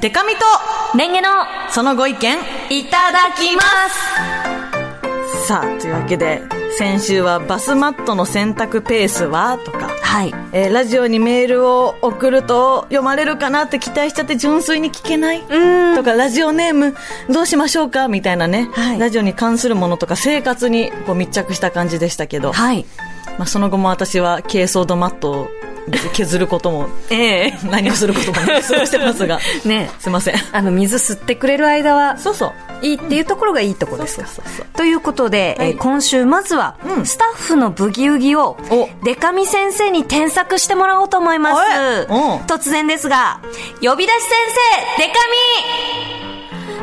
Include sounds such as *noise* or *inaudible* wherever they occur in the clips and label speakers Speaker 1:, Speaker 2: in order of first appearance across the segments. Speaker 1: セカミと
Speaker 2: レンゲの
Speaker 1: そのご意見
Speaker 2: いただきます
Speaker 1: さあというわけで先週はバスマットの洗濯ペースはとか、
Speaker 2: はい
Speaker 1: えーラジオにメールを送ると読まれるかなって期待しちゃって純粋に聞けないとかラジオネームどうしましょうかみたいなね、
Speaker 2: はい
Speaker 1: ラジオに関するものとか生活にこう密着した感じでしたけど、
Speaker 2: はい
Speaker 1: まあ、その後も私は珪藻土マットを削ることも
Speaker 2: ええ
Speaker 1: 何をすることもなく過ごしてます *laughs* が
Speaker 2: ね
Speaker 1: すいません
Speaker 2: あの水吸ってくれる間は
Speaker 1: そうそう
Speaker 2: いいっていうところがいいところです
Speaker 1: そう
Speaker 2: か
Speaker 1: そうそう
Speaker 2: ということで、
Speaker 1: はい
Speaker 2: えー今週まずは、
Speaker 1: うん
Speaker 2: スタッフのブギウギを
Speaker 1: お
Speaker 2: デカミ先生に添削してもらおうと思いま
Speaker 1: あれ
Speaker 2: す
Speaker 1: うん
Speaker 2: 突然ですが呼び出し先生デカ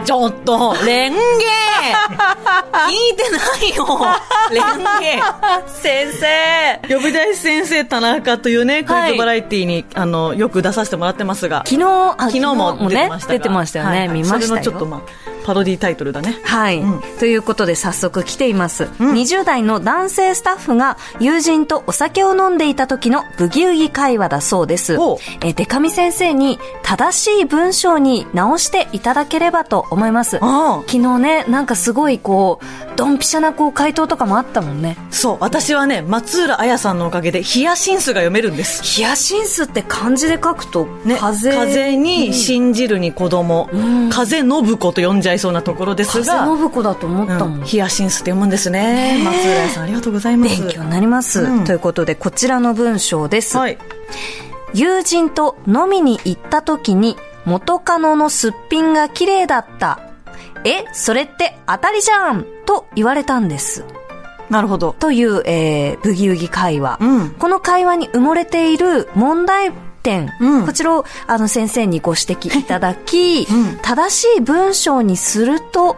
Speaker 1: ちょっと、レンゲ聞いてないよレン *laughs*
Speaker 2: ミ先生
Speaker 1: ゲ呼び出し先生田中というね、ク
Speaker 2: はい
Speaker 1: イズバラエティに、あの、よく出させてもらってますが、
Speaker 2: 昨日あ
Speaker 1: 昨日も出てましたが
Speaker 2: ね、出てましたよね、
Speaker 1: はい
Speaker 2: 見ましたよ
Speaker 1: それのちょっとまあ、パロディタイトルだね。
Speaker 2: はい、
Speaker 1: うん
Speaker 2: ということで早速来ています、
Speaker 1: ん
Speaker 2: 20代の男性スタッフが友人とお酒を飲んでいた時のブギウギ会話だそうです
Speaker 1: おう
Speaker 2: えーデカミ先生に正しい文章に直していただければと思います
Speaker 1: あ
Speaker 2: 昨日ねなんかすごいこうドンピシャなこう回答とかもあったもんね
Speaker 1: あ、そう、私はね、松浦彩さんのおかげで、ヒヤシンスが読めるんです。
Speaker 2: ヒヤシンスって漢字で書くと、
Speaker 1: ね、
Speaker 2: 風
Speaker 1: 風に信じるに子供、風信子と呼んじゃいそうなところです
Speaker 2: 風
Speaker 1: が、
Speaker 2: 信子だと思ったもん、
Speaker 1: うんヒヤシンスって読むんですね。松浦彩さん、ありがとうございます。
Speaker 2: 勉強になります、
Speaker 1: うん
Speaker 2: ということでこちらの文章です、
Speaker 1: はい。
Speaker 2: 友人と飲みに行った時に元カノのすっぴんが綺麗だった。え、それって当たりじゃんと言われたんです。
Speaker 1: なるほど。
Speaker 2: という、えー、ブギウギ会話。
Speaker 1: うん
Speaker 2: この会話に埋もれている問題点、
Speaker 1: うん
Speaker 2: こちらをあの先生にご指摘いただき、
Speaker 1: *laughs* うん
Speaker 2: 正しい文章にすると、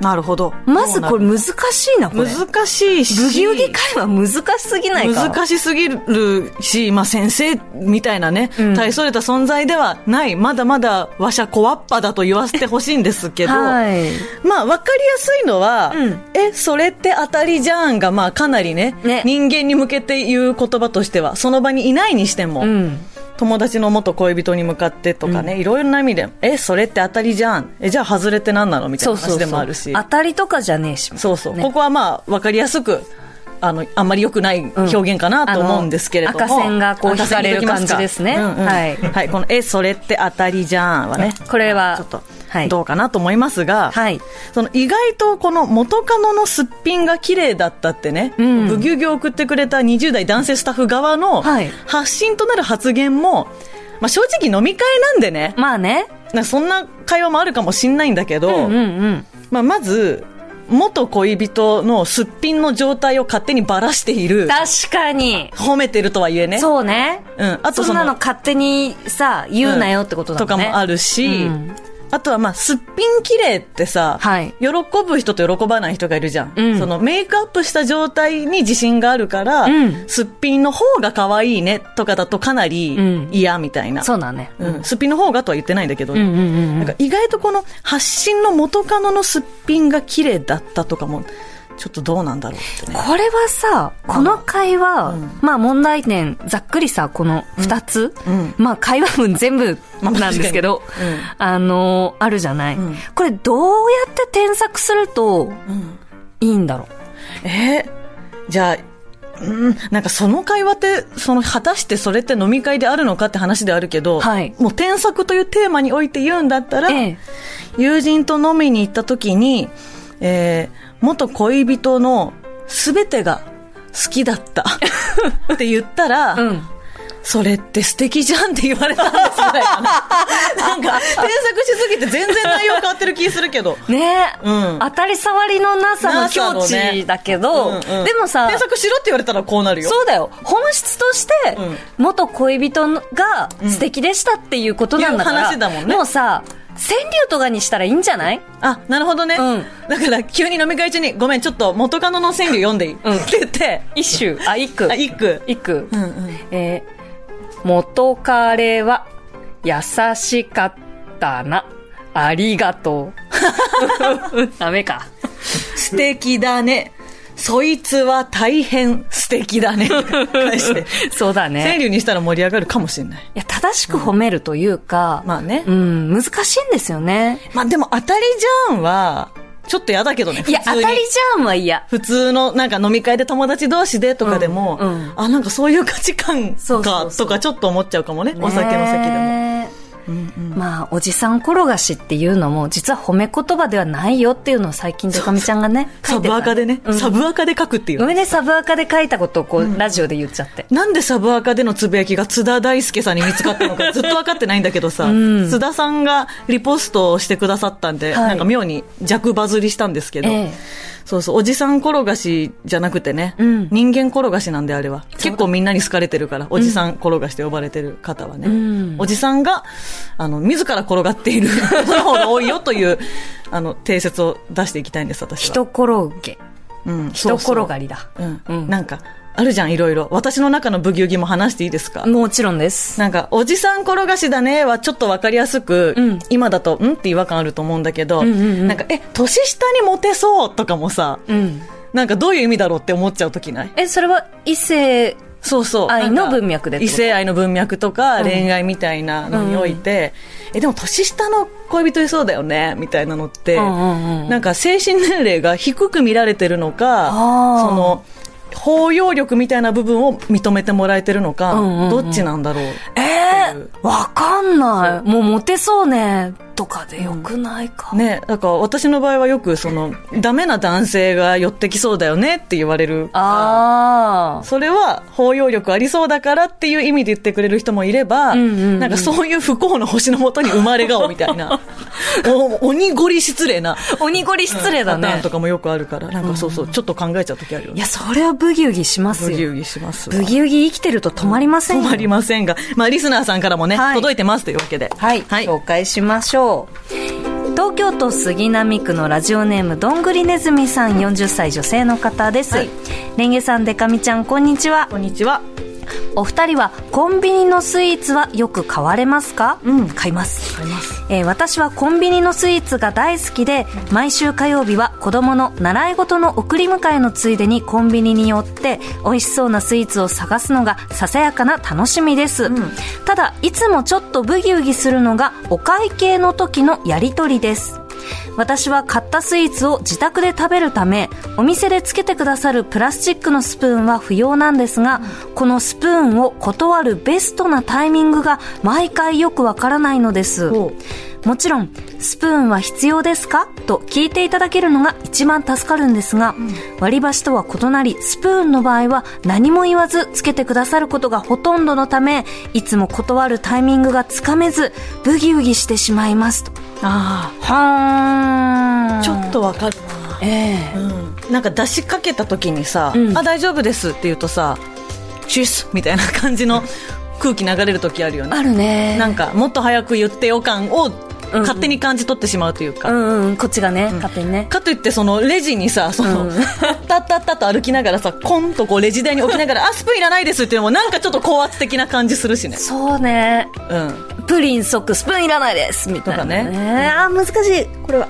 Speaker 1: なるほど。
Speaker 2: まずこれ難しいな、これ。
Speaker 1: 難しいし。
Speaker 2: ブギウギ会話難しすぎないか
Speaker 1: 難しすぎるし、まあ、先生みたいなね、
Speaker 2: うん
Speaker 1: 大それた存在ではない、まだまだわしゃこわっぱだと言わせてほしいんですけど、
Speaker 2: はい。
Speaker 1: まあ、わかりやすいのは、
Speaker 2: うん
Speaker 1: え、それって当たりじゃんが、まあ、かなりね
Speaker 2: ね
Speaker 1: 人間に向けて言う言葉としては、その場にいないにしても、
Speaker 2: うん。
Speaker 1: 友達の元恋人に向かってとかね、いろいろな意味で、え、それって当たりじゃん。え、じゃあ、外れって何なのみたい
Speaker 2: そう
Speaker 1: な
Speaker 2: そうそ
Speaker 1: 話
Speaker 2: う。
Speaker 1: でもあるし。
Speaker 2: 当たりとかじゃねえし。
Speaker 1: そうそう、
Speaker 2: ね
Speaker 1: ここはまあ分かりやすくあのあんまり良くない表現かなと思うんですけれども、
Speaker 2: あの赤線がこう
Speaker 1: 赤線
Speaker 2: 引かれる感じですね
Speaker 1: うんうん
Speaker 2: はい
Speaker 1: はい、この「えそれって当たりじゃん」はね
Speaker 2: これは
Speaker 1: ちょっと
Speaker 2: はい
Speaker 1: どうかなと思いますが、
Speaker 2: はい。
Speaker 1: その意外とこの元カノのすっぴんが綺麗だったってね、
Speaker 2: うん
Speaker 1: ブギュギュ送ってくれた20代男性スタッフ側の
Speaker 2: はい
Speaker 1: 発信となる発言も、まあ、正直飲み会なんでね、
Speaker 2: まあね。
Speaker 1: なんかそんな会話もあるかもしんないんだけど、
Speaker 2: うんうん。
Speaker 1: まあ、まず、元恋人のすっぴんの状態を勝手にばらしている。
Speaker 2: 確かに。
Speaker 1: 褒めてるとはいえね。う。
Speaker 2: そうね。
Speaker 1: ん。あと
Speaker 2: そ
Speaker 1: そ
Speaker 2: ん
Speaker 1: の、
Speaker 2: なの勝手にさ、言うなよってことだ
Speaker 1: とか
Speaker 2: もんね。
Speaker 1: もあるし、
Speaker 2: うん
Speaker 1: あとはまあ、すっぴん綺麗ってさ、
Speaker 2: はい
Speaker 1: 喜ぶ人と喜ばない人がいるじゃん。
Speaker 2: うん
Speaker 1: その、メイクアップした状態に自信があるから、
Speaker 2: うん
Speaker 1: すっぴんの方が可愛いねとかだとかな
Speaker 2: うん
Speaker 1: り嫌みたいな。
Speaker 2: そうだね。
Speaker 1: うん。すっぴんの方がとは言ってないんだけど、
Speaker 2: うんうんうんう
Speaker 1: なん
Speaker 2: ん。
Speaker 1: か意外とこの発信の元カノのすっぴんが綺麗だったとかも、ちょっとどうなんだろうってね。
Speaker 2: これはさ、この会話、
Speaker 1: うん
Speaker 2: まあ問題点、ざっくりさ、この二つ、
Speaker 1: うん
Speaker 2: まあ会話文全部
Speaker 1: まあ
Speaker 2: なんですけど、
Speaker 1: 確かにうん
Speaker 2: あのーあるじゃない、
Speaker 1: ん
Speaker 2: これどうやって添削すると
Speaker 1: うん、
Speaker 2: いいんだろ
Speaker 1: えーじゃあ、うん、なんかその会話って、その果たしてそれって飲み会であるのかって話であるけど、
Speaker 2: はい
Speaker 1: もう添削というテーマにおいて言うんだったら、
Speaker 2: う。ええ。
Speaker 1: 友人と飲みに行った時に、えー元恋人の全てが好きだったって言ったら、
Speaker 2: *laughs*
Speaker 1: *laughs*
Speaker 2: うん。
Speaker 1: それって素敵じゃんって言われたんですみたいなねなんか、添削しすぎて全然内容変わってる気するけど。
Speaker 2: ねえ、
Speaker 1: うん
Speaker 2: 当たり障りのなさの
Speaker 1: なさ
Speaker 2: 境
Speaker 1: のね
Speaker 2: 地だけど、
Speaker 1: うんうん
Speaker 2: でもさ
Speaker 1: 添、削しろって言われたらこうなるよ。
Speaker 2: そうだよ。本質として、元恋人が素敵でしたっていうことなんだから、
Speaker 1: うんいう話だもんね
Speaker 2: もうさ、川柳とかにしたらいいんじゃない
Speaker 1: あ、なるほどね。
Speaker 2: うん
Speaker 1: だから、急に飲み会中に、ごめん、ちょっと元カノの川柳読んでいい、
Speaker 2: ん
Speaker 1: って言って、
Speaker 2: 一首、あ、一句
Speaker 1: あ、。一句。
Speaker 2: 一句。
Speaker 1: うんうん。
Speaker 2: えー元彼は優しかったな。
Speaker 1: *laughs*
Speaker 2: ありがとう。ダメか。
Speaker 1: 素敵だね。そいつは大変素敵だ *laughs* ね。返して。
Speaker 2: *laughs* そうだね。
Speaker 1: 川柳にしたら盛り上がるかもしれない。
Speaker 2: いや、正しく褒めるというか、
Speaker 1: まあね
Speaker 2: うん、難しいんですよね。
Speaker 1: まあでも当たりじゃんは、ちょっと嫌だけどね。
Speaker 2: いや、
Speaker 1: 普通
Speaker 2: 当
Speaker 1: に
Speaker 2: たりじゃんは嫌。
Speaker 1: 普通のなんか飲み会で友達同士でとかでも、
Speaker 2: うんうん
Speaker 1: あ、なんかそういう価値観
Speaker 2: そうそう
Speaker 1: か
Speaker 2: そう
Speaker 1: とかちょっと思っちゃうかもね。お酒の席でも。
Speaker 2: ね
Speaker 1: うんうん
Speaker 2: まあ、おじさん転がしっていうのも、実は褒め言葉ではないよっていうのを最近、ドカミちゃんがね、書
Speaker 1: サ
Speaker 2: いて
Speaker 1: ブ
Speaker 2: た
Speaker 1: アカでね、
Speaker 2: うん
Speaker 1: サブアカで書くってい
Speaker 2: ご
Speaker 1: う。
Speaker 2: めんね、サブアカで書いたことをこう、ラジオで言っちゃって。
Speaker 1: なんでサブアカでのつぶやきが津田大介さんに見つかったの
Speaker 2: *laughs*
Speaker 1: かずっと分かってないんだけどさ、
Speaker 2: ん
Speaker 1: 津田さんがリポストをしてくださったんで、
Speaker 2: はい
Speaker 1: なんか妙に弱バズりしたんですけど、
Speaker 2: ええ
Speaker 1: そうそう、おじさん転がしじゃなくてね、
Speaker 2: うん
Speaker 1: 人間転がしなんであれは。結構みんなに好かれてるから、おじさん転がしと呼ばれてる方はね。
Speaker 2: うん
Speaker 1: おじさんが、あの、自ら転がっている *laughs* ことの方が多いよという、あの、定説を出していきたいんです、私
Speaker 2: 人
Speaker 1: は。
Speaker 2: 転げ。
Speaker 1: うん、そ
Speaker 2: 人
Speaker 1: うそう
Speaker 2: 転がりだ。
Speaker 1: うん、
Speaker 2: うん
Speaker 1: なんか、あるじゃん、いろいろ。私の中のブギウギも話していいですか、
Speaker 2: もちろんです。
Speaker 1: なんか、おじさん転がしだねはちょっとわかりやすく、
Speaker 2: うん
Speaker 1: 今だと、んって違和感あると思うんだけど、
Speaker 2: うんうんうん
Speaker 1: なんか、え、年下にモテそうとかもさ、
Speaker 2: うん。
Speaker 1: なんかどういう意味だろうって思っちゃうときない
Speaker 2: え、それは異性、
Speaker 1: そうそう。
Speaker 2: 愛の
Speaker 1: なんか
Speaker 2: 文脈でって
Speaker 1: 異
Speaker 2: こと
Speaker 1: 性愛の文脈と
Speaker 2: う
Speaker 1: か
Speaker 2: ん
Speaker 1: 恋愛みたいなのにおいて、え、でも年下の恋人いそうだよね、みたいなのって、
Speaker 2: うんうんうん
Speaker 1: なんか精神年齢が低く見られてるのか、
Speaker 2: あー
Speaker 1: その、包容力みたいな部分を認めてもらえてるのか、
Speaker 2: うんうんうん
Speaker 1: どっちなんだろう。
Speaker 2: え
Speaker 1: っていう
Speaker 2: ー、わかんない。もうモテそうね、とかでよくないか。
Speaker 1: ね、だから私の場合はよくその、ダメな男性が寄ってきそうだよねって言われるから。
Speaker 2: ああ。
Speaker 1: それは包容力ありそうだからっていう意味で言ってくれる人もいれば、
Speaker 2: うんうんうん
Speaker 1: なんかそういう不幸の星のもとに生まれ顔みた
Speaker 2: *laughs*
Speaker 1: いな、お鬼ごり失礼な
Speaker 2: 鬼ごり失礼だ
Speaker 1: パターン
Speaker 2: ね
Speaker 1: と。かもよくあるから、なんかそうそう、ちょっと考えちゃう時あるよ
Speaker 2: い
Speaker 1: ね。
Speaker 2: や、それはブギウギします
Speaker 1: ブギ
Speaker 2: よ。
Speaker 1: ウギしますわ。
Speaker 2: ブギウギ生きてると止まりません
Speaker 1: 止
Speaker 2: よ。
Speaker 1: まりませんが、まあリスナーさんからもね、
Speaker 2: はい
Speaker 1: 届いてますというわけで。
Speaker 2: はい、
Speaker 1: はい。
Speaker 2: 紹介しましょう。東京都杉並区のラジオネームどんぐりねずみさん40歳女性の方です、
Speaker 1: はい
Speaker 2: レンゲさんでかみちゃんこんにちは
Speaker 1: こんにちは。
Speaker 2: お二人はコンビニのスイーツはよく買われますか、
Speaker 1: うん
Speaker 2: 買います
Speaker 1: あります。
Speaker 2: えー私はコンビニのスイーツが大好きで毎週火曜日は子供の習い事の送り迎えのついでにコンビニに寄って美味しそうなスイーツを探すのがささやかな楽しみです、
Speaker 1: ん
Speaker 2: ただいつもちょっとブギウギするのがお会計の時のやり取りです私は買ったスイーツを自宅で食べるためお店でつけてくださるプラスチックのスプーンは不要なんですがこのスプーンを断るベストなタイミングが毎回よくわからないのです
Speaker 1: ほう
Speaker 2: もちろん、スプーンは必要ですかと聞いていただけるのが一番助かるんですが、割り箸とは異なり、スプーンの場合は何も言わずつけてくださることがほとんどのため、いつも断るタイミングがつかめず、ブギウギしてしまいますと。
Speaker 1: あ
Speaker 2: はーん。
Speaker 1: あ、ちょっ。とわかるな。
Speaker 2: ええ
Speaker 1: うん、なんか出しかけた時にさ「
Speaker 2: うん
Speaker 1: あ大丈夫です」って言うとさ「チュース」みたいな感じの空気流れる時あるよね
Speaker 2: あるね。
Speaker 1: なんかもっと早く言ってよ感を
Speaker 2: うん
Speaker 1: 勝手に感じ取ってしまうというか、
Speaker 2: うんうん、こっちがね、勝手にね。
Speaker 1: かといってそのレジにさそ
Speaker 2: う
Speaker 1: の、
Speaker 2: ん
Speaker 1: *laughs* タッタッタッと歩きながらさコンとこうレジ台に置きながら「あスプーンいらないです」っていうのもなんかちょっと高圧的な感じするしね
Speaker 2: そうね。
Speaker 1: うん
Speaker 2: プリン即スプーンいらないですみたいなね。
Speaker 1: とか
Speaker 2: あー難しい。これは。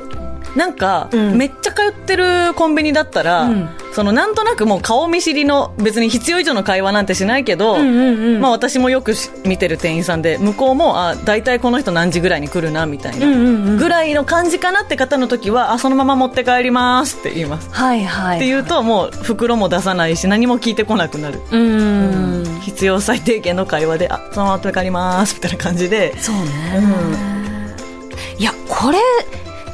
Speaker 1: なんか、
Speaker 2: うん
Speaker 1: めっちゃ通ってるコンビニだったら、
Speaker 2: うん
Speaker 1: そのなんとなくもう顔見知りの別に必要以上の会話なんてしないけど、
Speaker 2: うんうんうん
Speaker 1: まあ、私もよくし見てる店員さんで向こうもあ大体この人何時ぐらいに来るなみたいな、
Speaker 2: うんうんうん
Speaker 1: ぐらいの感じかなって方の時はあそのまま持って帰りますって言います、
Speaker 2: はいはい。
Speaker 1: っていうともう袋も出さないし何も聞いてこなくなる、
Speaker 2: うーん。
Speaker 1: 必要最低限の会話であそのまま持って帰りますみたいな感じで
Speaker 2: そうね。いや、これ、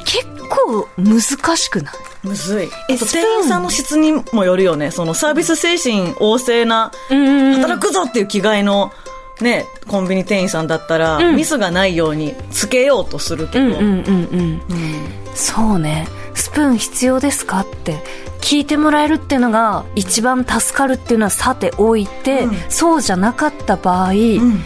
Speaker 2: 結構難しくない
Speaker 1: むずい
Speaker 2: え
Speaker 1: あと
Speaker 2: スプーン
Speaker 1: 店員さんの質にもよるよねそのサービス精神旺盛な
Speaker 2: うん
Speaker 1: 働くぞっていう気概の、ね、コンビニ店員さんだったら、
Speaker 2: うん
Speaker 1: ミスがないようにつけようとするけ
Speaker 2: う
Speaker 1: ど、
Speaker 2: んうんうんうん。
Speaker 1: うん
Speaker 2: そうね。スプーン必要ですかって聞いてもらえるっていうのが一番助かるっていうのはさておいて、
Speaker 1: うん
Speaker 2: そうじゃなかった場合、
Speaker 1: うん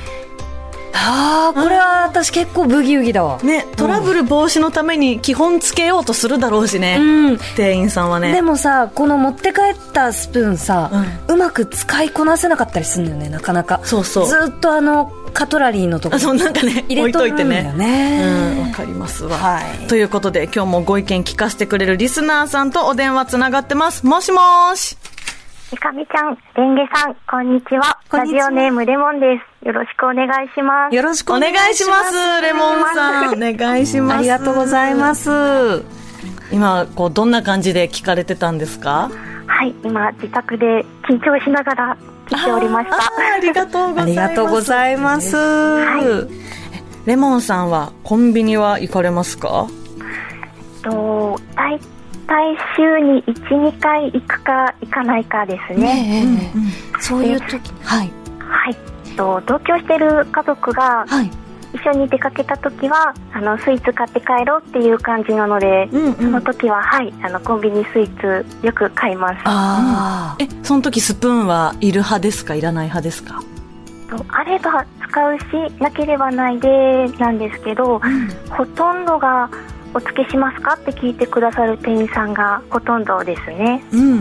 Speaker 2: ああーこれは私結構ブギウギだわ、
Speaker 1: ね、トラブル防止のために基本つけようとするだろうしね、
Speaker 2: うん
Speaker 1: 店員さんはね
Speaker 2: でもさこの持って帰ったスプーンさ、うまく使いこなせなかったりするんだよねなかなか
Speaker 1: そうそう
Speaker 2: ずっとあのカトラリーのとこ
Speaker 1: あそうなんかね
Speaker 2: 入れと
Speaker 1: 置い
Speaker 2: る
Speaker 1: と
Speaker 2: ん
Speaker 1: いて
Speaker 2: だよ
Speaker 1: ね
Speaker 2: ね
Speaker 1: うん、わかりますわ、
Speaker 2: はい
Speaker 1: ということで今日もご意見聞かせてくれるリスナーさんとお電話つながってますもしもーし
Speaker 3: いかみちゃん、レンゲさん、こんにちは。
Speaker 2: こん
Speaker 3: ラ
Speaker 2: に
Speaker 3: ジ
Speaker 2: ちは
Speaker 3: オネームレモンです。よろしくお願いします。
Speaker 2: よろしく
Speaker 1: お
Speaker 2: お願
Speaker 1: 願
Speaker 2: い
Speaker 1: いし
Speaker 2: し
Speaker 1: ま
Speaker 2: ますす
Speaker 1: レモンさんお願いします
Speaker 2: ありがとうございます
Speaker 1: 今こうどんな感じで聞かれてたんですか
Speaker 3: はい、今、自宅で緊張しながら聞いておりました。
Speaker 1: あーありがとうござ
Speaker 2: あ
Speaker 1: います
Speaker 2: りがとうございます、
Speaker 1: レモンさんはコンビニは行かれますか
Speaker 3: と、大体週に1、2回行くか行かないかですね。
Speaker 2: ねえそういう時はい
Speaker 3: はい。と、同居してる家族が
Speaker 2: はい
Speaker 3: 一緒に出かけた時は、あの、スイーツ買って帰ろうっていう感じなので、
Speaker 1: うんうん
Speaker 3: その時は、はい、あの、コンビニスイーツよく買います。
Speaker 2: あ
Speaker 1: えその時スプーンはいる派ですかいらない派ですか
Speaker 3: とあれば使うしなければないでなんですけど、ほとんどがお付けしますかって聞いてくださる店員さんがほとんどですね、
Speaker 1: うん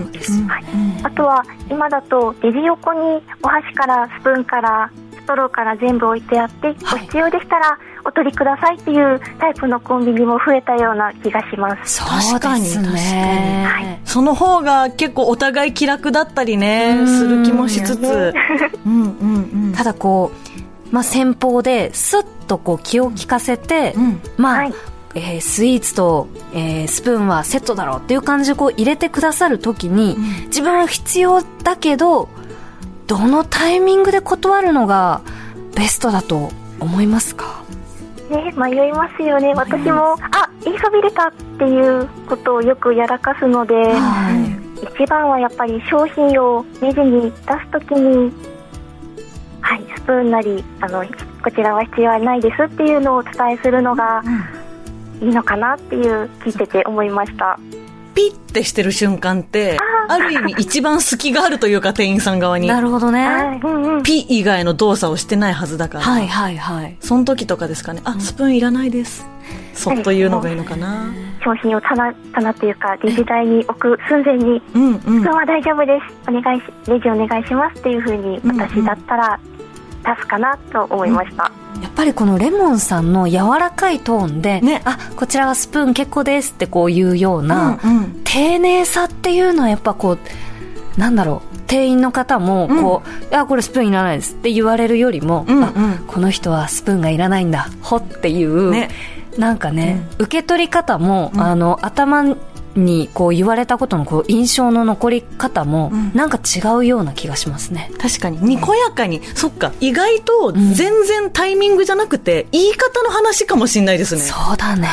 Speaker 3: はいあとは今だとレジ横にお箸からスプーンからストローから全部置いてあって、
Speaker 2: はい
Speaker 3: ご必要でしたらお取りくださいっていうタイプのコンビニも増えたような気がしま
Speaker 2: あ
Speaker 3: す
Speaker 2: そうです
Speaker 1: 確かに確
Speaker 2: ね
Speaker 3: かには
Speaker 1: その方が結構お互い気楽だったり
Speaker 2: う
Speaker 1: ね
Speaker 2: ん
Speaker 1: する気もしつつ、
Speaker 3: ね
Speaker 1: うんうんうん
Speaker 2: ただこう、まあ、先方でスッとこう気を利かせて、
Speaker 1: うん
Speaker 2: まあ、
Speaker 3: はい
Speaker 2: えースイーツと、えースプーンはセットだろうっていう感じでこう入れてくださるときに、
Speaker 1: ん
Speaker 2: 自分は必要だけどどのタイミングで断るのがベストだと思いますか
Speaker 3: ね迷いますよね私もあ言いそびれたっていうことをよくやらかすので、
Speaker 2: はい
Speaker 3: 一番はやっぱり商品をレジに出すときに、はい、スプーンなりあのこちらは必要はないですっていうのをお伝えするのがいいのかなっていう聞いてて思いました
Speaker 1: ピッてしてる瞬間って
Speaker 3: あー
Speaker 1: ある意味一番隙があるというか店員さん側に
Speaker 2: なるほどね
Speaker 3: はい、うんうん、
Speaker 1: ピ以外の動作をしてないはずだから、
Speaker 2: はいはいはい
Speaker 1: その時とかですかねあスプーンいらないですそっと言うのがいいのかな
Speaker 3: 商品を棚棚というかレジ台に置く寸前に
Speaker 1: うんう
Speaker 3: 「
Speaker 1: ん
Speaker 3: 今は大丈夫ですお願いしレジお願いします」っていうふうに
Speaker 1: うんうん
Speaker 3: 私だったら出すかなと思いました、
Speaker 2: やっぱりこのレモンさんの柔らかいトーンで、
Speaker 1: ね
Speaker 2: あこちらはスプーン結構ですってこう言うような、
Speaker 1: うんうん
Speaker 2: 丁寧さっていうのはやっぱこうなんだろう店員の方もこう、いやこれスプーンいらないですって言われるよりも、
Speaker 1: うんうん
Speaker 2: あこの人はスプーンがいらないんだほっていう、
Speaker 1: ね
Speaker 2: なんかね、受け取り方も、
Speaker 1: うん
Speaker 2: あの頭にこう言われたことのこう印象の残り方も、
Speaker 1: うん
Speaker 2: なんか違うような気がしますね
Speaker 1: 確かににこやかに、そっか意外と全然タイミングじゃなくて、言い方の話かもしれないですね
Speaker 2: そうだ
Speaker 1: うんレ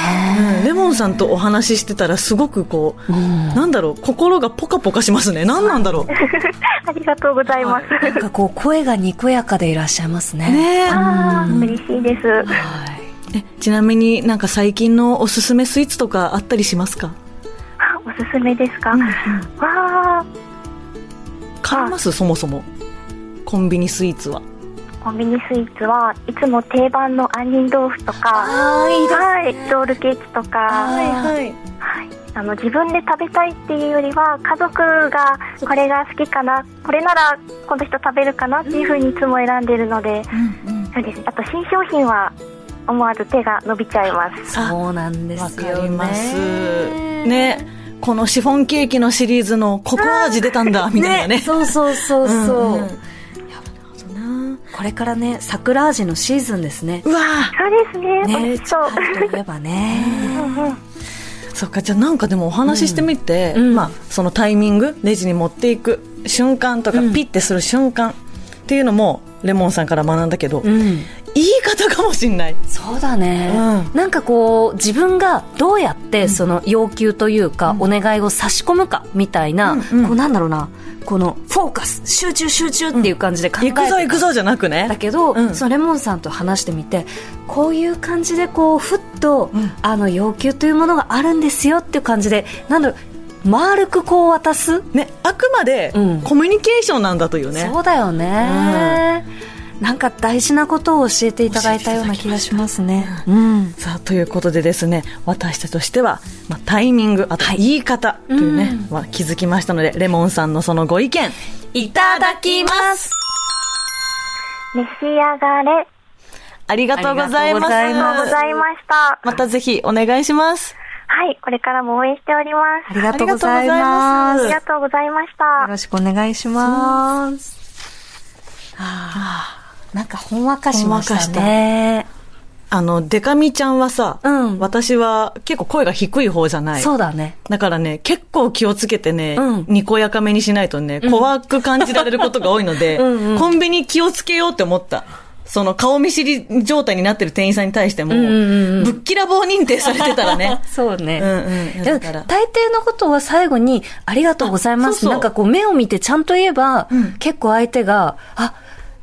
Speaker 2: ね、
Speaker 1: モンさんとお話ししてたらすごくこう、
Speaker 2: うん
Speaker 1: なんだろう心がポカポカしますね何なんだろう
Speaker 3: *laughs* ありがとうございます、
Speaker 2: なんかこう声がにこやかでいらっしゃいますね
Speaker 1: ねえ
Speaker 3: あー嬉しいです、
Speaker 2: はい
Speaker 1: えちなみになんか最近のおすすめスイーツとかあったりしますか
Speaker 3: あおすすめですか、わあ
Speaker 1: 買いますそもそもコンビニスイーツは
Speaker 3: コンビニスイーツはいつも定番の杏仁豆腐とか
Speaker 2: あーいいです
Speaker 3: はいロールケーキとか
Speaker 2: はい
Speaker 1: い
Speaker 3: はいあの自分で食べたいっていうよりは家族がこれが好きかなこれならこの人食べるかなっていうふうにいつも選んでるので,、そうですあと新商品は思わず手が伸びちゃいます
Speaker 2: そうなんですよ
Speaker 1: わ
Speaker 2: ね
Speaker 1: かりますねこのシフォンケーキのシリーズのココア味出たんだみたいなね
Speaker 2: そうそうそうそう。
Speaker 1: んんそうな
Speaker 2: これからね、桜味のシーズンですね。
Speaker 1: うわ
Speaker 3: そうですね美
Speaker 2: ね、
Speaker 3: 味しそう、
Speaker 2: 春といえばね。
Speaker 3: うんうん
Speaker 1: ーそっかじゃあなんかでもお話ししてみて、
Speaker 2: うん
Speaker 1: まあ、そのタイミングレジに持っていく瞬間とか、
Speaker 2: うん
Speaker 1: ピッてする瞬間っていうのもレモンさんから学んだけど、
Speaker 2: うん。
Speaker 1: 言い方かもしんない
Speaker 2: そうだね、
Speaker 1: う
Speaker 2: なんかこう自分がどうやってその要求というか、お願いを差し込むかみたいな、
Speaker 1: うんうん
Speaker 2: こうなんだろうなこのフォーカス集中集中っていう感じで考え
Speaker 1: 行
Speaker 2: て
Speaker 1: くぞ行くぞじゃなく
Speaker 2: だ
Speaker 1: ね
Speaker 2: けど、
Speaker 1: うん
Speaker 2: そのレモンさんと話してみてこういう感じでこうふっと、
Speaker 1: うん
Speaker 2: あの要求というものがあるんですよっていう感じでなんだろう丸くこう渡す
Speaker 1: ねあくまで
Speaker 2: うん
Speaker 1: コミュニケーションなんだというね、
Speaker 2: そうだよね、なんか大事なことを教えていただいたような気がしますね。うん。
Speaker 1: さあということでですね私たちとしては、まあ、タイミングあと言い方というね、まあ、気づきましたのでレモンさんのそのご意見
Speaker 2: いただきます
Speaker 3: *laughs* 召し上がれ。
Speaker 1: ありがとうございます
Speaker 2: ありがとう
Speaker 3: ございました。
Speaker 1: またぜひお願いします
Speaker 3: はい、これからも応援しておりま
Speaker 2: あ
Speaker 3: す。
Speaker 2: りがとうございます。
Speaker 3: あ
Speaker 2: よ
Speaker 3: りがとうございました。
Speaker 2: ろしくお願いします。ああ、なんかほんわかしましたね。
Speaker 1: あのデカミちゃんはさ、
Speaker 2: うん
Speaker 1: 私は結構声が低い方じゃない
Speaker 2: そうだね。
Speaker 1: だからね、結構気をつけてね、
Speaker 2: うん
Speaker 1: にこやかめにしないとね、怖く感じられることが多いので、
Speaker 2: *laughs* うんうん
Speaker 1: コンビニ気をつけようって思った。その顔見知り状態になってる店員さんに対しても、
Speaker 2: うんうんうん。
Speaker 1: ぶっきらぼう認定されてたらね
Speaker 2: *laughs* そうね。
Speaker 1: うんうん
Speaker 2: でも
Speaker 1: だから
Speaker 2: 大抵のことは最後に、ありがとうございま
Speaker 1: あ
Speaker 2: す。
Speaker 1: そうそう
Speaker 2: なんかこう目を見てちゃんと言えば、結構相手が、あ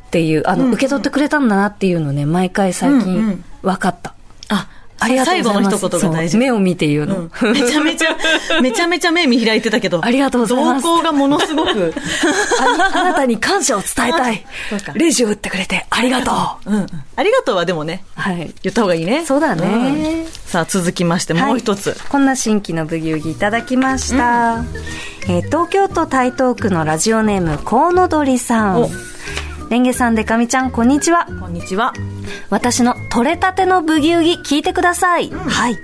Speaker 2: っていう、あの、受け取ってくれたんだなっていうのね、毎回最
Speaker 1: うんう
Speaker 2: 近
Speaker 1: ん
Speaker 2: 分かった。
Speaker 1: あ、
Speaker 2: ありがとうございます。
Speaker 1: 最後の一言が大
Speaker 2: そ
Speaker 1: 事
Speaker 2: う。目を見て言うの。
Speaker 1: うんめちゃめ
Speaker 2: *laughs*
Speaker 1: ちゃ、めちゃめちゃ目見開いてたけど。
Speaker 2: ありがとうございます
Speaker 1: 動向がものすご
Speaker 2: *laughs*
Speaker 1: く。
Speaker 2: ああなたに感謝を伝えたい
Speaker 1: そうか。
Speaker 2: レジを打ってくれてありがとう。は
Speaker 1: うん
Speaker 2: *laughs*
Speaker 1: うん。ありがとうはでもね、
Speaker 2: い。
Speaker 1: 言った方がいいね。
Speaker 2: そうだね
Speaker 1: んさあ、続きましてもう一つ。
Speaker 2: はいこんな新規のブギウギいただきました、えー東京都台東区のラジオネームコウノドリさん
Speaker 1: お
Speaker 2: レンゲさんでかみちゃんこんにちは
Speaker 1: こんにちは。
Speaker 2: 私の取れたてのブギウギ聞いてください、はい、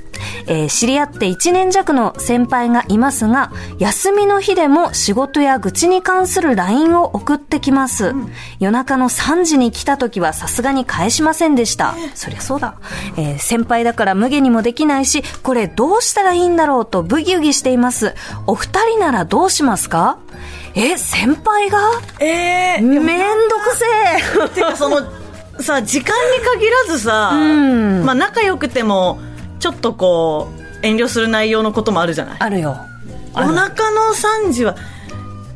Speaker 2: えー知り合って1年弱の先輩がいますが休みの日でも仕事や愚痴に関する LINE を送ってきます、夜中の3時に来た時はさすがに返しませんでした、そりゃそうだ、えー先輩だから無下にもできないしこれどうしたらいいんだろうとブギウギしていますお二人ならどうしますかえ先輩が
Speaker 1: ええ
Speaker 2: めんどくせえ *laughs*
Speaker 1: てかそのさ時間に限らずさ、
Speaker 2: ん
Speaker 1: まあ、仲良くてもちょっとこう遠慮する内容のこともあるじゃない
Speaker 2: あるよ
Speaker 1: お腹の3時は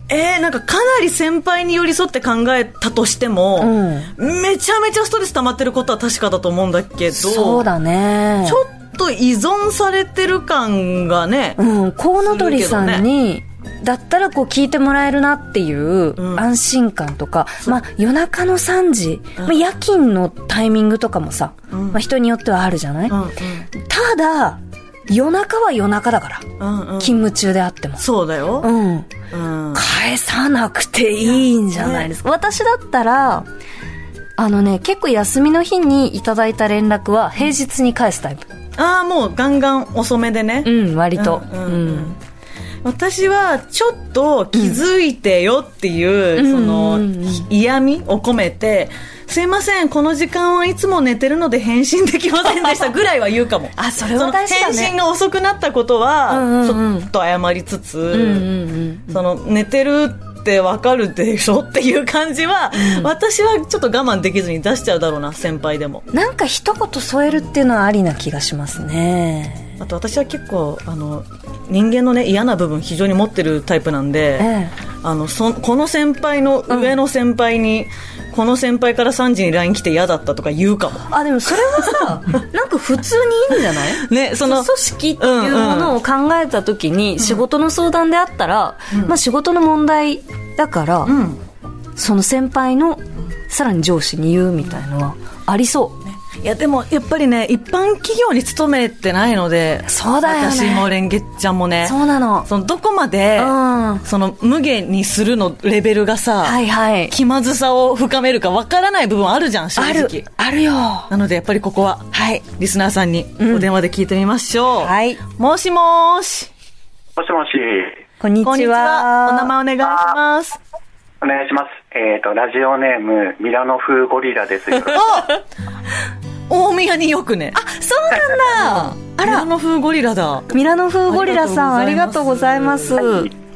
Speaker 1: えー、なんかかなり先輩に寄り添って考えたとしても、めちゃめちゃストレス溜まってることは確かだと思うんだけど
Speaker 2: そうだね
Speaker 1: ちょっと依存されてる感がね、
Speaker 2: うん、コウノトリさんに、だったらこう聞いてもらえるなっていう
Speaker 1: うん
Speaker 2: 安心感とか、まあ夜中の3時、まあ夜勤のタイミングとかもさ、
Speaker 1: うん
Speaker 2: まあ人によってはあるじゃない、
Speaker 1: うんうん
Speaker 2: ただ、夜中は夜中だから、
Speaker 1: うんうん、
Speaker 2: 勤務中であっても。
Speaker 1: そうだよ、
Speaker 2: うん。
Speaker 1: うん
Speaker 2: 返さなくていいんじゃないですか。私だったら、あのね、結構休みの日にいただいた連絡は平日に返すタイプ。
Speaker 1: ああもうガンガン遅めでね、
Speaker 2: うん、割と。
Speaker 1: う
Speaker 2: うんん。
Speaker 1: うんうん私はちょっと気づいてよっていう、
Speaker 2: うん
Speaker 1: その、
Speaker 2: うん
Speaker 1: い嫌味を込めてすいませんこの時間はいつも寝てるので返信できませんで
Speaker 2: *laughs*
Speaker 1: したぐらいは言うかも
Speaker 2: あ、それは大事だね。
Speaker 1: その返信が遅くなったことは、
Speaker 2: うんうんうん
Speaker 1: ちょっと謝りつつ、
Speaker 2: うんうんうん。
Speaker 1: その寝てるってわかるでしょっていう感じは、私はちょっと我慢できずに出しちゃうだろうな先輩でも
Speaker 2: なんか一言添えるっていうのはありな気がしますね。
Speaker 1: あと私は結構あの人間のね嫌な部分非常に持ってるタイプなんで、
Speaker 2: ええ。
Speaker 1: あのそこの先輩の上の先輩に、この先輩から3時に LINE 来て嫌だったとか言うかも。
Speaker 2: あ、でもそれ
Speaker 1: *laughs*
Speaker 2: はさ、なんか普通にいいんじゃない
Speaker 1: ね、その
Speaker 2: 組、織っていうものを考えた時に仕事の相談であったら、まあ仕事の問題だから、
Speaker 1: ん
Speaker 2: その先輩のさらに上司に言うみたいのはありそう。
Speaker 1: いやでもやっぱりね、一般企業に勤めてないので、
Speaker 2: そうだよね
Speaker 1: 私もレンゲちゃんもね、
Speaker 2: そうなの。
Speaker 1: そのどこまで、
Speaker 2: うん。
Speaker 1: その無限にするのレベルがさ、
Speaker 2: はいはい。
Speaker 1: 気まずさを深めるかわからない部分あるじゃん、正
Speaker 2: あ
Speaker 1: 直。
Speaker 2: る、あるよ。
Speaker 1: なのでやっぱりここは、
Speaker 2: はい。
Speaker 1: リスナーさんにお電話で聞いてみましょう。
Speaker 2: はい。
Speaker 1: もしもーし。
Speaker 4: もしもし、
Speaker 2: こんにちは。
Speaker 1: こんにちは。お名前お願いします。
Speaker 4: お願いします。えっ、と、ラジオネーム、ミラノ風ゴリラです。よろしく
Speaker 1: 大宮によくね。
Speaker 2: あ、そうなんだ。
Speaker 1: あら。の風ゴリラだ。
Speaker 2: ミラノ風ゴリラさん、あ
Speaker 1: あ
Speaker 2: り
Speaker 1: り
Speaker 2: が
Speaker 1: が
Speaker 2: と
Speaker 1: と
Speaker 2: う
Speaker 1: う
Speaker 2: ご
Speaker 1: ご
Speaker 2: ざ
Speaker 1: ざ
Speaker 2: い
Speaker 1: い
Speaker 2: ます。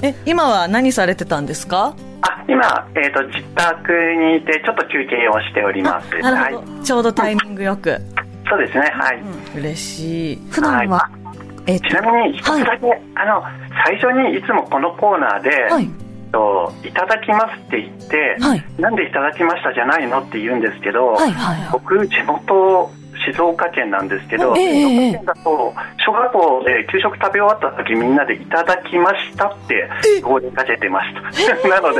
Speaker 1: え、今は何されてたんですか
Speaker 4: あ、今、えっ、と、自宅にいて、ちょっと休憩をしております。
Speaker 1: な
Speaker 4: はい
Speaker 1: るほ。ど。ちょうどタイミングよく。
Speaker 4: そうですね、はい。
Speaker 1: 嬉しい。
Speaker 2: 普段は、
Speaker 4: は
Speaker 2: えっ
Speaker 4: ちなみに、一つだけ、あの、最初にいつもこのコーナーで、
Speaker 2: はい
Speaker 4: えっといただきますって言って、
Speaker 2: はい
Speaker 4: なんでいただきましたじゃないのって言うんですけど、
Speaker 2: はいはいはい
Speaker 4: 僕地元静岡県なんですけど、
Speaker 5: ええ
Speaker 4: 静岡県だと小学校で給食食べ終わった時みんなで「いただきました」って号令かけてました *laughs* なので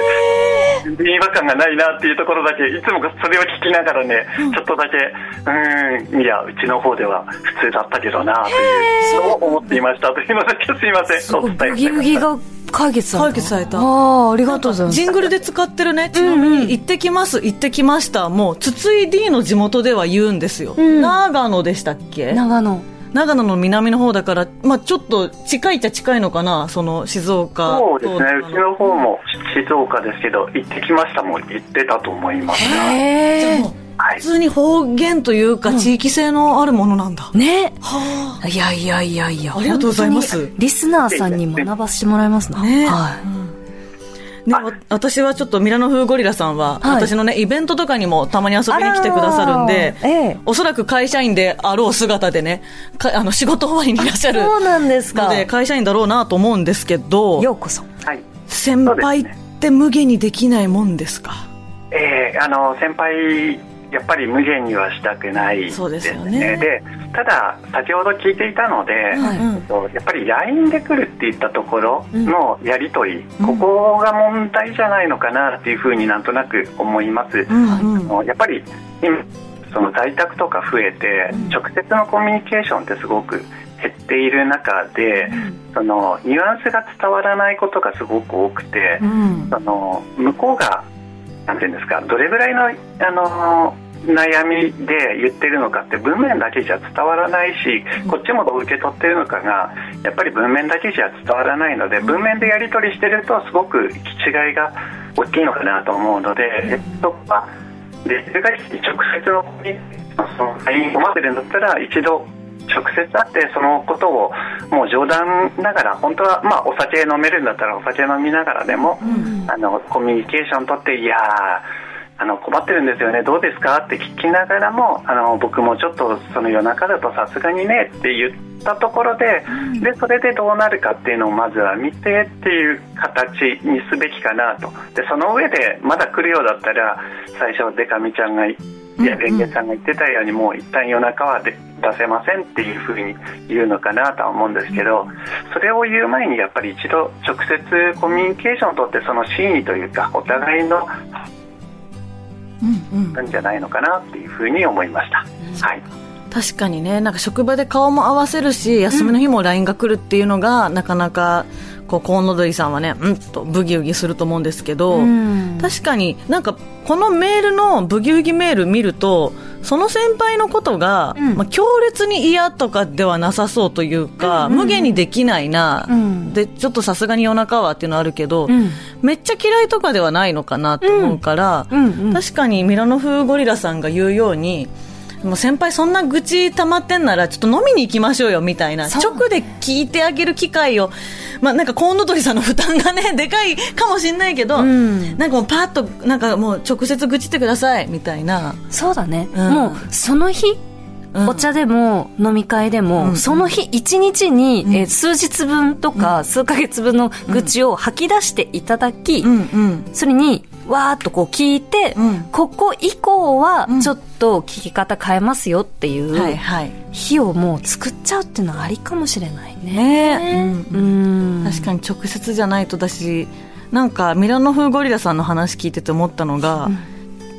Speaker 4: 全然違和感がないなっていうところだけいつもそれを聞きながらね、ちょっとだけうーんいやうちの方では普通だったけどなというのを思っていましたというのだけすいませんお伝え
Speaker 2: ブギ
Speaker 4: したか
Speaker 2: ブ
Speaker 4: っ
Speaker 2: ギ
Speaker 4: た
Speaker 2: が解決された
Speaker 1: 解決された
Speaker 2: ああありがとうございます
Speaker 1: ジングルで使ってるね、ちなみに、行ってきます、行ってきました、もう、筒井 D の地元では言うんですよ。
Speaker 2: うん
Speaker 1: 長野でしたっけ
Speaker 2: 長野
Speaker 1: 長野の南の方だから、まあちょっと近いっちゃ近いのかな、その静岡
Speaker 4: そうですね
Speaker 1: と
Speaker 4: うちの方も静岡ですけど行ってきましたもん行ってたと思います
Speaker 1: じゃあ
Speaker 2: へえ
Speaker 1: もう
Speaker 4: は
Speaker 1: 普
Speaker 4: い
Speaker 1: 通に方言というか、地域性のあるものなんだ。
Speaker 2: ね
Speaker 1: はい
Speaker 2: やいやいやいや
Speaker 1: ありがとうございます
Speaker 2: 本当にリスナーさんに学ばせてもらいますな
Speaker 1: あ。ね
Speaker 2: はい
Speaker 1: ね、わ私はちょっとミラノ風ゴリラさんは、
Speaker 2: はい
Speaker 1: 私のね、イベントとかにもたまに遊びに来てくださるんで
Speaker 2: あ、らええ
Speaker 1: おそらく会社員であろう姿でね、かあの仕事終わりにいらっしゃる
Speaker 2: そうなんです
Speaker 1: の
Speaker 2: か
Speaker 1: で、会社員だろうなと思うんですけど、
Speaker 2: ようこそ
Speaker 4: はい
Speaker 1: 先輩って無限にできないもんですか
Speaker 4: えーあの先輩やっぱり無限にはしたくないですね
Speaker 1: そうですよね
Speaker 4: でただ先ほど聞いていたので、
Speaker 2: はい
Speaker 1: うん
Speaker 4: えっとやっぱり LINE で来るっていったところのやり取
Speaker 1: ん
Speaker 4: り、ここが問題じゃないのかなっていうふうになんとなく思います、
Speaker 1: うんう
Speaker 4: あ
Speaker 1: ん
Speaker 4: のやっぱり今その在宅とか増えて、直接のコミュニケーションってすごく減っている中で、そのニュアンスが伝わらないことがすごく多くて、
Speaker 1: うん
Speaker 4: あの向こうがなんていうんですかどれぐらいのあの悩みで言ってるのかって文面だけじゃ伝わらないしこっちもどう受け取ってるのかがやっぱり文面だけじゃ伝わらないので文面でやり取りしてるとすごく行き違いが大きいのかなと思うのでそこはできる限り直接のコミュニケーションその LINE を待ってるんだったら一度直接会ってそのことをもう冗談ながら本当はまあお酒飲めるんだったらお酒飲みながらでも、あのコミュニケーション取っていやーあの困ってるんですよねどうですかって聞きながらもあの僕もちょっとその夜中だとさすがにねって言ったところで,、でそれでどうなるかっていうのをまずは見てっていう形にすべきかなとでその上でまだ来るようだったら最初でかみちゃんがいいやレンゲさんが言ってたようにもう一旦夜中はで出せませんっていうふうに言うのかなとは思うんですけどそれを言う前にやっぱり一度直接コミュニケーションを取ってその真意というかお互いのなんじゃないのかなっていうふうに思いました。はい
Speaker 1: 確かにねなんか職場で顔も合わせるし休みの日も LINE が来るっていうのが、なかなかこうコウノドリさんはねうんとブギウギすると思うんですけど、
Speaker 2: うん
Speaker 1: 確かになんかこのメールのブギウギメール見るとその先輩のことが、
Speaker 2: うん
Speaker 1: まあ、強烈に嫌とかではなさそうというか、無限にできないな、
Speaker 2: うん
Speaker 1: でちょっとさすがに夜中はっていうのはあるけど、
Speaker 2: うん
Speaker 1: めっちゃ嫌いとかではないのかなと思うから、
Speaker 2: うんうんうん
Speaker 1: 確かにミラノ風ゴリラさんが言うようにもう先輩そんな愚痴溜まってんならちょっと飲みに行きましょうよみたいな
Speaker 2: そう
Speaker 1: 直で聞いてあげる機会を、まあ、なんかコウノトリさんの負担がねでかいかもしれないけど、
Speaker 2: うん
Speaker 1: なんかもうパーッとなんかもう直接愚痴ってくださいみたいな、
Speaker 2: そうだね
Speaker 1: うん
Speaker 2: もうその日
Speaker 1: うん
Speaker 2: お茶でも飲み会でも、
Speaker 1: うん
Speaker 2: その日一日に、えー数日分とか数ヶ月分の愚痴を吐き出していただき、
Speaker 1: うんうん
Speaker 2: それにわーっとこう聞いて、
Speaker 1: うん
Speaker 2: ここ以降は
Speaker 1: うん
Speaker 2: ちょっと聞き方変えますよってい
Speaker 1: はいうはい
Speaker 2: 日をもう作っちゃうっていうのはありかもしれないね。
Speaker 1: ね、うん
Speaker 2: うん
Speaker 1: 確かに直接じゃないとだしなんかミラノ風ゴリラさんの話聞いてて思ったのが、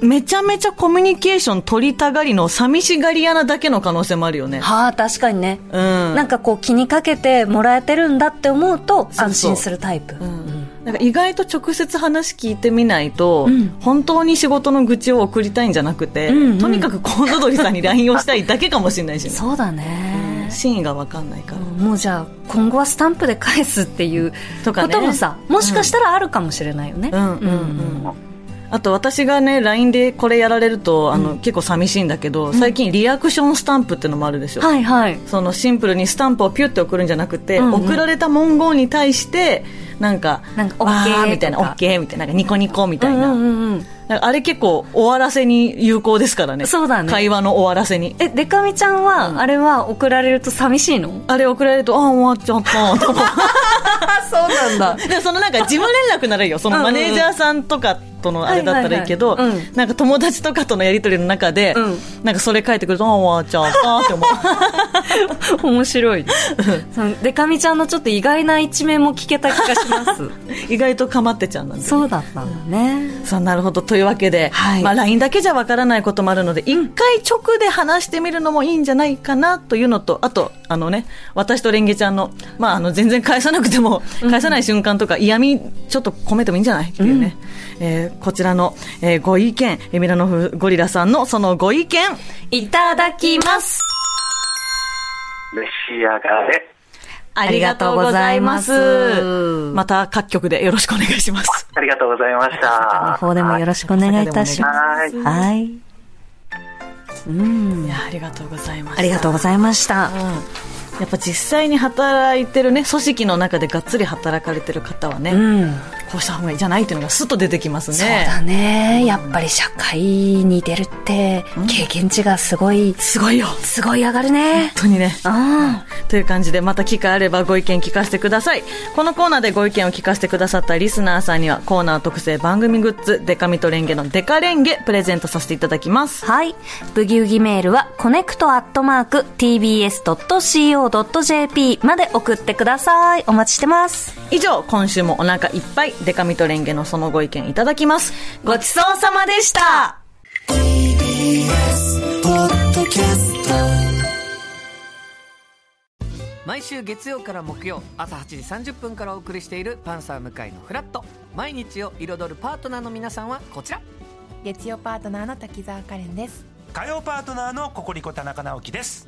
Speaker 1: めちゃめちゃコミュニケーション取りたがりの寂しがり屋なだけの可能性もあるよね
Speaker 2: はあ確かにね、
Speaker 1: うん
Speaker 2: なんかこう気にかけてもらえてるんだって思うと
Speaker 1: そう
Speaker 2: 安心するタイプ
Speaker 1: うんなんか意外と直接話聞いてみないと、
Speaker 2: うん
Speaker 1: 本当に仕事の愚痴を送りたいんじゃなくて、
Speaker 2: うんうん
Speaker 1: とにかくコウノドリさんに LINE をしたいだけかもしれないしね
Speaker 2: そうだね、
Speaker 1: 真意が分かんないから、
Speaker 2: もうじゃあ今後はスタンプで返すっていう
Speaker 1: とか
Speaker 2: こ
Speaker 1: ね
Speaker 2: ともさ、もしかしたらあるかもしれないよね、
Speaker 1: うんうんうんあと私がね LINE でこれやられるとあの、結構寂しいんだけど最近リアクションスタンプってのもあるでしょ、
Speaker 2: はいはい
Speaker 1: そのシンプルにスタンプをピュッて送るんじゃなくて、
Speaker 2: うんうん
Speaker 1: 送られた文言に対してなんか
Speaker 2: なんか
Speaker 1: わ
Speaker 2: OK
Speaker 1: ーみたいな
Speaker 2: とか
Speaker 1: OK みたいななんかニコニコみたいな、
Speaker 2: うんうんうん
Speaker 1: あれ結構終わらせに有効ですからね
Speaker 2: そうだね
Speaker 1: 会話の終わらせに
Speaker 2: えデカミちゃんは、あれは送られると寂しいの
Speaker 1: あれ送られるとああ終わっちゃったと思って
Speaker 2: あそうなんだ
Speaker 1: でもそのなんか事務連絡ならいいよそ
Speaker 2: う
Speaker 1: の
Speaker 2: んうん
Speaker 1: マネージャーさんとかとのあれだったらいいけど、
Speaker 2: はいはいはいうん
Speaker 1: なんか友達とかとのやり取りの中で、
Speaker 2: うん
Speaker 1: なんかそれ書いてくるとああ終わっちゃったって思う
Speaker 2: *laughs*
Speaker 1: *laughs*
Speaker 2: 面白いねそのデカミちゃんのちょっと意外な一面も聞けた気がします *laughs*
Speaker 1: 意外とかまってちゃうんなんです
Speaker 2: そうだったんだね
Speaker 1: さあなるほどというわけで、
Speaker 2: はい
Speaker 1: まあ、LINE だけじゃわからないこともあるので一回直で話してみるのもいいんじゃないかなというのとあとあのね私とレンゲちゃんの,、まあ、あの全然返さなくても返さない瞬間とか嫌味ちょっと込めてもいいんじゃないっていうね、えーこちらの、えーご意見えーミラノフゴリラさんのそのご意見
Speaker 2: いただきます
Speaker 4: 召し上がれ。
Speaker 1: あ
Speaker 2: りがとうございます
Speaker 1: また各局でよろしくお願いします
Speaker 4: ありがとうございました。
Speaker 2: の方でもよろしくお願いいたしま
Speaker 4: はい
Speaker 2: すはいうん
Speaker 1: いやありがとうございます
Speaker 2: ありがとうございました
Speaker 1: やっぱ実際に働いてるね組織の中でがっつり働かれてる方はね、
Speaker 2: うん
Speaker 1: こうした方がいいじゃないっていうのがスッと出てきますね
Speaker 2: そうだねやっぱり社会に出るって経験値がすごい
Speaker 1: すごいよ本
Speaker 2: すごい上がるね
Speaker 1: 当にね
Speaker 2: あ
Speaker 1: という感じでまた機会あればご意見聞かせてくださいこのコーナーでご意見を聞かせてくださったリスナーさんにはコーナー特製番組グッズデカミとレンゲのデカレンゲプレゼントさせていただきます
Speaker 2: はいブギウギメールはコネクトアットマーク tbs.co.jp まで送ってくださいお待ちしてます
Speaker 1: 以上今週もお腹いっぱいデカミとレンゲのそのご意見いただきます
Speaker 2: ごちそうさまでした
Speaker 5: 毎週月曜から木曜朝8時30分からお送りしている「パンサー向井のフラット」毎日を彩るパートナーの皆さんはこちら
Speaker 6: 月曜パートナーの滝沢カレンです
Speaker 7: 火曜パートナーのココリコ田中直樹です